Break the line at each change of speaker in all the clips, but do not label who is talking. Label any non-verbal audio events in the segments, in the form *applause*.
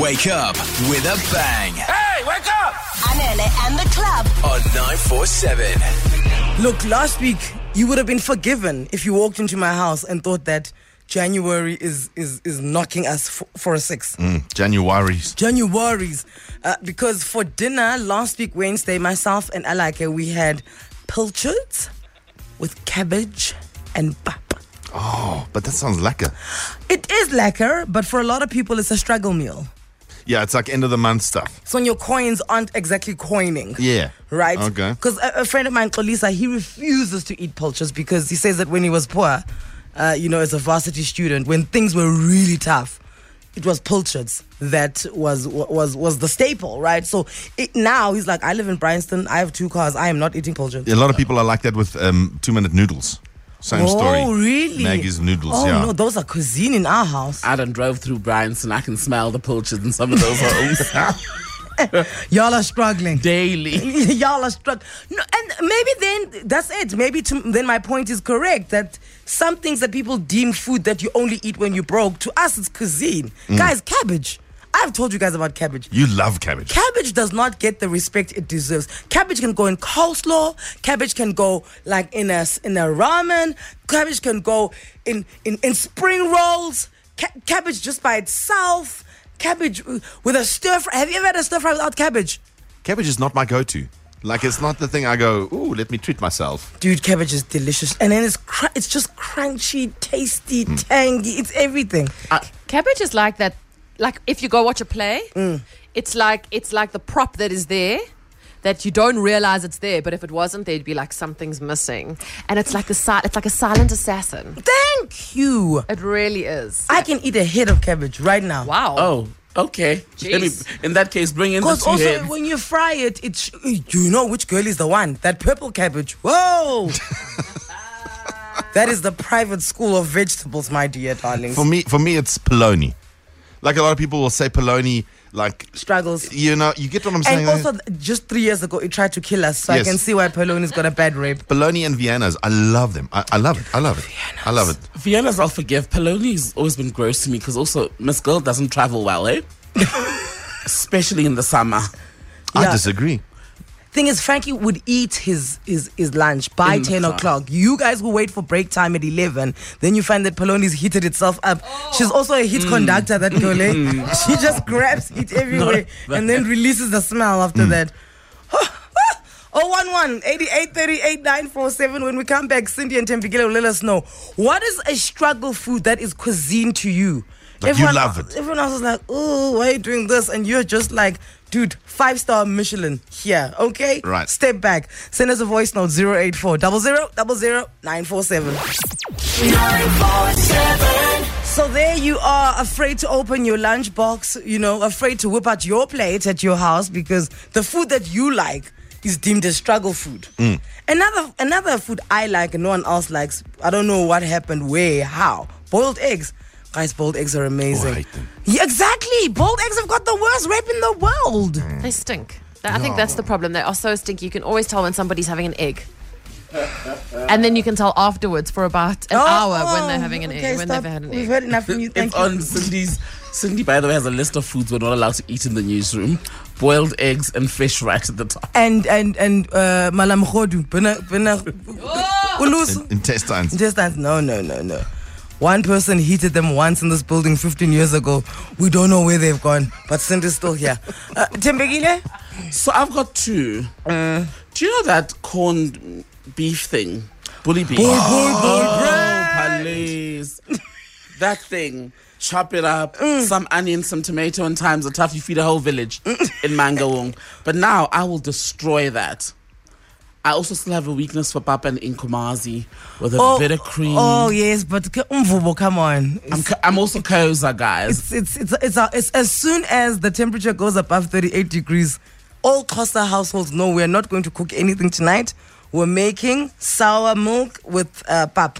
Wake up with a bang
Hey, wake up!
Anele and the club.
on 947.
Look, last week you would have been forgiven if you walked into my house and thought that January is is is knocking us for, for a six.
January.
January's uh, because for dinner last week Wednesday, myself and Alake we had pilchards with cabbage and pap.
Oh, but that sounds lekker.
It is lacquer, but for a lot of people it's a struggle meal.
Yeah, it's like end of the month stuff.
So your coins aren't exactly coining.
Yeah.
right?
Okay.
Because a, a friend of mine, Kolisa, he refuses to eat pulchers because he says that when he was poor, uh, you know, as a varsity student, when things were really tough, it was pulchers that was was was the staple, right? So it, now he's like, I live in Bryanston, I have two cars, I am not eating pulchers.
A lot of people are like that with um, two minute noodles. Same story.
Oh, really?
Maggie's noodles,
Oh,
yeah.
no, those are cuisine in our house.
I done drove through Bryant's and I can smell the poachers in some of those
*laughs*
homes
Y'all are struggling.
daily.
*laughs* Y'all are struck. No, and maybe then that's it. Maybe to, then my point is correct that some things that people deem food that you only eat when you're broke, to us it's cuisine. Guys, cabbage. I've told you guys about cabbage.
you love cabbage.
Cabbage does not get the respect it deserves. Cabbage can go in coleslaw. Cabbage can go like in a in a ramen. Cabbage can go in in, in spring rolls. Ca- cabbage just by itself. Cabbage uh, with a stir fry. Have you ever had a stir fry without cabbage?
cabbage is not my go to. Like, it's not the thing I go, ooh, let me treat myself.
Dude, cabbage is delicious, and then it's cr- it's just crunchy, tasty,
Hmm.
tangy. It's everything.
Cabbage is like that. Like if you go watch a play,
Mm.
it's like it's like the prop that is there that you don't realize it's there. But if it wasn't, there'd be like something's missing, and it's like a si- it's like a silent assassin.
Thank you.
It really is.
I can eat a head of cabbage right now.
Wow.
Oh, okay. Let me-
Jeez.
in that case, bring in the
Because
two
also
heads.
when you fry it, it sh- you know which girl is the one. That purple cabbage.
*laughs*
Whoa. that is the private school of vegetables, my dear darlings.
For me, for me, it's polony. Like, a lot of people will say polony, like,
Struggles.
you know, you get what I'm saying?
And also, th- just three years ago, it tried to kill us. So
Yes.
I can see why Poloni's got a bad rep.
Bologna and Vienna's, I love them. I, I love it. I love it. I love it.
Vienna's I'll forgive. Poloni's always been gross to me because also Miss Girl doesn't travel well,
*laughs*
eh? Especially in the summer.
I
Yeah.
disagree.
Thing is, Frankie would eat his his, his lunch by
In the
ten
car.
o'clock. You guys who wait for break time at eleven, then you find that Poloni's heated itself up. She's also a
Hmm.
heat conductor. That girl, eh? *laughs* she just grabs
*laughs*
heat everywhere and then releases the smell after
Hmm.
that. *laughs* Oh one one eighty eight thirty eight nine four seven. When we come back, Cindy and Tempigile will let us know what is a struggle food that is cuisine to you.
Like, you love it.
Everyone else is like, "Oh, why are you doing this?" And you're just like, "Dude, five star Michelin here, okay?
Right.
Step back. Send us a voice note 084 00 00 947. So there you are, afraid to open your lunchbox, you know, afraid to whip out your plate at your house because the food that you like is deemed a struggle food.
Mm.
Another another food I like and no one else likes. I don't know what happened, where, how. Boiled eggs. Guys, boiled eggs are amazing.
I hate them.
Yeah, exactly. Boiled eggs have got the worst rep in the world.
Mm.
They stink. That- I think that's the problem. They are so stinky. You can always tell when somebody's having an egg. And then you can tell afterwards for about an hour when they're having an
Oh, okay,
egg, when
stop.
they've had an
We've
egg.
heard enough from you. Thank
It's
you.
on Cindy's. Cindy, by the way, has a list of foods we're not allowed to eat in the newsroom. Boiled eggs and fish right at the top.
And and and uh, Malam Khodu. Bina- bina-
Oh!
Ulusu.
Intestines.
Just that, no, no, no, no. One person heated them once in this building 15 years ago. We don't know where they've gone, but Cindy's still here. Uh, Tembegile?
So I've got two.
Uh.
Do you know that corned beef thing? Bully beef.
Bull, bull, bull, bruh.
Please. that thing. Chop it up, some onion, some tomato, and times are tough. You feed a whole village in Mangaung. But now I will destroy that. I also still have a weakness for papa and inkomazi with a bit of cream.
Oh, yes, but ke- umvubo, come on.
I'm, co- I'm also Koza, guys.
It's, it's, it's, it's, a- it's- as soon as the temperature goes above 38 degrees, all Costa households know we're not going to cook anything tonight. We're making sour milk with uh, pap.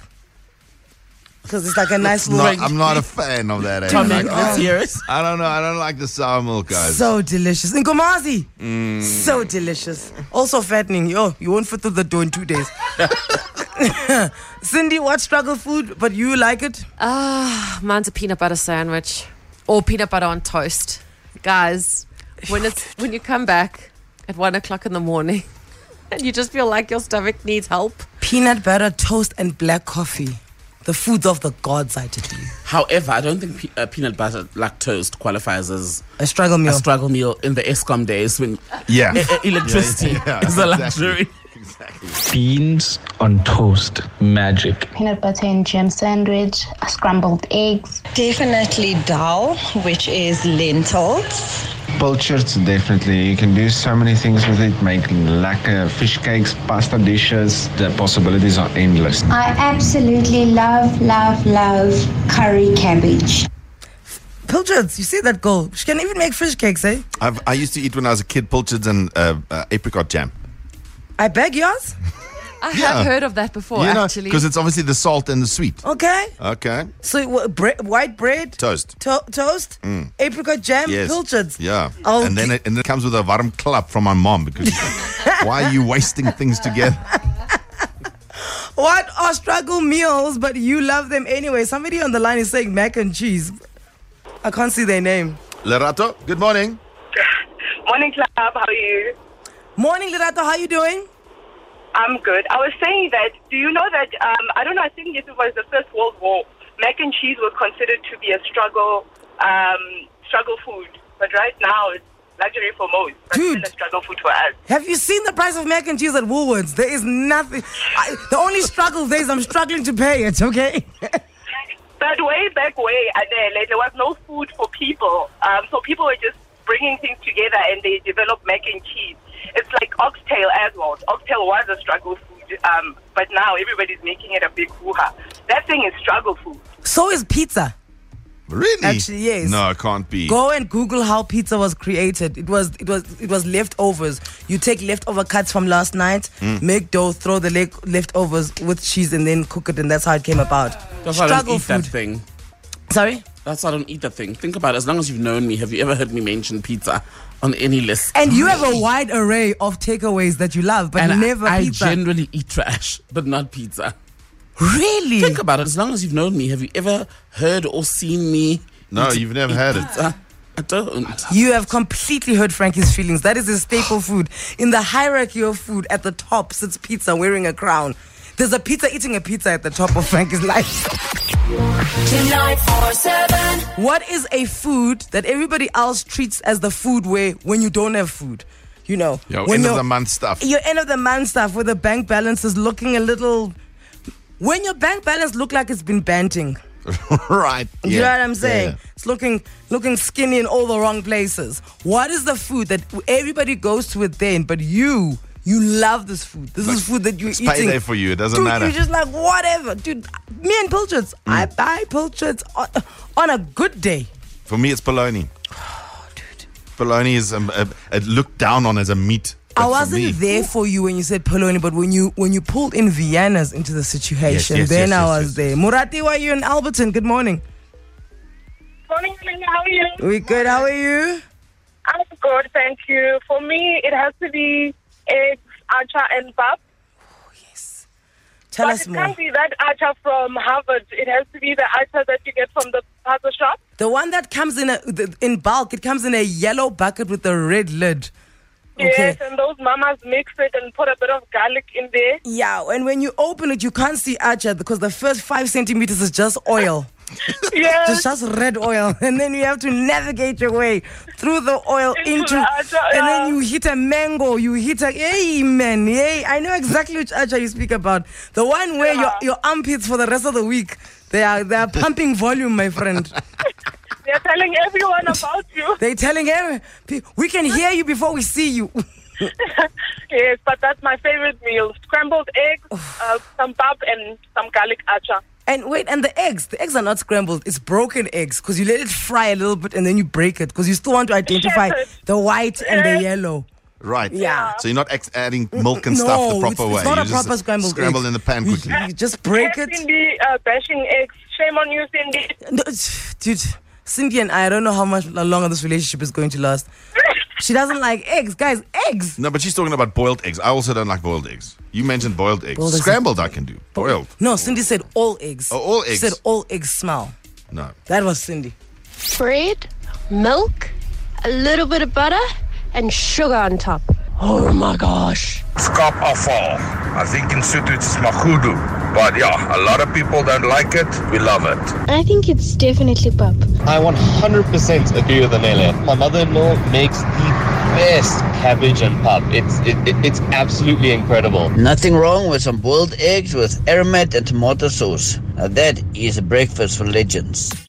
Because it's like a nice
No,
little.
I'm not a fan of that. eh?
Tom,
Like,
let's hear it.
I don't know. I don't like the sour milk, guys. Mm.
So delicious. Nkomazi. So delicious. Also fattening. Yo, you won't fit through the door in two
*laughs*
days. Cindy, what struggle food, but you like it?
Ah, mine's a peanut butter sandwich or peanut butter on toast. guys, when it's when you come back at one o'clock in the morning *laughs* and you just feel like your stomach needs help.
Peanut butter, toast, and black coffee. The foods of the gods, I tell you.
However, I don't think pe- uh, peanut butter like toast qualifies as
A struggle
a
meal.
struggle meal in the ESCOM days
*laughs*
when
Yeah.
e- e- electricity
Yeah,
is a
exactly.
luxury.
Beans on toast. Magic.
peanut butter and jam sandwich, scrambled eggs,
Definitely dal, which is lentils.
Pilchards, definitely. You can do so many things with it, make lacquer, fish cakes, pasta dishes. The possibilities are endless.
I absolutely love, love, love curry cabbage.
Pilchards, you see that girl? She can even make fish cakes, eh?
I've, I used to eat when I was a kid pilchards and uh, uh, apricot jam.
I beg yours.
I
Yeah.
have heard of that before, actually.
because it's obviously the salt and the sweet.
Okay.
Okay.
So wha- bre- white bread,
Toast.
to- toast, apricot jam,
Mm. Yes.
pilchards.
Yeah.
I'll
and then
gi-
it, and it comes with a warm club from my mom because
*laughs*
why are you wasting things together?
What are struggle meals, but you love them anyway? Somebody on the line is saying mac and cheese. I can't see their name.
Lerato, good morning.
Morning, club. How are you?
Morning, Lirato. How you doing?
I'm good. I was saying that. Do you know that? Um, I don't know. I think if it was the First World War, mac and cheese was considered to be a struggle, um, struggle food. But right now, it's luxury for most. But
Dude.
still a struggle food for us.
Have you seen the price of mac and cheese at Woolworths? There is nothing. I, the only struggle there is I'm struggling to pay it. Okay. *laughs*
But way back way, uh, there, like, there was no food for people. Um, so people were just bringing things together and they developed mac and cheese. It's like oxtail as well. Oxtail was a struggle food, um, but now everybody's making it a big hoo-ha. That thing is struggle food.
So is pizza.
Really?
Actually, yes.
No, it can't be.
Go and Google how pizza was created. It was it was it was leftovers. You take leftover cuts from last night,
Mm.
make dough, throw the le- leftovers with cheese, and then cook it, and that's how it came about.
That's why I don't
Struggle
eat that
food.
thing.
Sorry.
That's why I don't eat that thing. Think about it. As long as you've known me, have you ever heard me mention pizza on any list?
And you have a wide array of takeaways that you love, but
And I-
never
I,
pizza.
generally eat trash, but not pizza.
really?
Think about it. As long as you've known me, have you ever heard or seen me?
No,
eat-
you've never
eat
had it.
*laughs*
*laughs*
pizza? I don't.
You have completely hurt Frankie's feelings. That is his
*sighs*
staple food. In the hierarchy of food, at the top sits pizza wearing a crown. There's a pizza eating a pizza at the top of Frankie's life.
947.
What is a food that everybody else treats as the food way when you don't have food? You know,
Yo,
when
end of
your-
the month stuff.
Your end of the month stuff where the bank balance is looking a little. When your bank balance look like it's been banting,
right.
you
yeah,
know what I'm saying?
yeah.
It's looking looking skinny in all the wrong places. What is the food that everybody goes to it then, but you you love this food? This is food that you're
It's
eating.
payday for you. It doesn't
Dude,
matter. Mm.
you're just like whatever, dude. Me and pilchards, I buy pilchards on, on a good day.
For me,
*sighs*
it's bologna.
Oh,
Bologna is um, uh, it looked down on as a meat. but
I
for
wasn't
me-
there for you when you said Poloni, but when you when you pulled in Vienna's into the situation,
yes,
then
yes,
I
yes,
was
yes,
there. Murati, why are you in Alberton? Good morning.
Morning, how are you?
We good? How are you?
I'm good, thank you. For me, it has to be eggs, acha, and pap.
Tell
but
us
it
more.
can't be that acha from Harvard. It has to be the acha that you get from the pasta shop.
The one that comes in a the, in bulk. It comes in a yellow bucket with a red lid. Okay.
Yes, and those mamas mix it and put a bit of garlic in there.
Yeah, and when you open it, you can't see Acha because the first five centimeters is just
*laughs*
oil. It's
Yes.
just red oil, *laughs* and then you have to navigate your way through the oil into,
Into the acha,
and then
yeah.
you hit a mango, you hit a hey man, hey, I know exactly which acha you speak about. The one where your your armpits for the rest of the week they are they are pumping volume, my
*laughs*
friend.
They're telling everyone about you. *laughs*
They're telling him "P- we can hear you before we see you. *laughs*
Yes, but that's my favorite meal. Scrambled eggs, uh, some pap, and some garlic acha.
And wait, and the eggs, the eggs are not scrambled. It's broken eggs because you let it fry a little bit and then you break it because you still want to identify
Shattered.
the white and the
Yeah.
yellow.
Right.
Yeah.
So you're not ex- adding milk and stuff the
No,
proper
it's-
way.
it's not
you
a proper scrambled
Scramble
egg.
in the pan
You-
quickly.
you just break it.
Cindy, uh, bashing eggs. Shame on you,
*laughs*
Cindy.
No, dude, Cindy and I, I don't know how much how long this relationship is going to last. She doesn't like eggs, guys. Eggs.
No, but she's talking about boiled eggs. I also don't like boiled eggs. You mentioned boiled eggs.
Boiled eggs are-
Scrambled, I can do. Boiled.
No, Cindy said all eggs.
Oh, all
She
eggs.
said all eggs smell.
No.
That was Cindy.
bread, milk,
a little bit of butter, and sugar on top.
Oh my gosh.
Skapafval. I think in Sotho it's magudu. But yeah, a lot of people don't like it. We love it.
I think it's definitely pop.
I 100% agree with Amelia. My mother-in-law makes the best cabbage and pub. It's it, it- it's absolutely incredible.
Nothing wrong with some boiled eggs with aromat and tomato sauce. Now that is a breakfast for legends.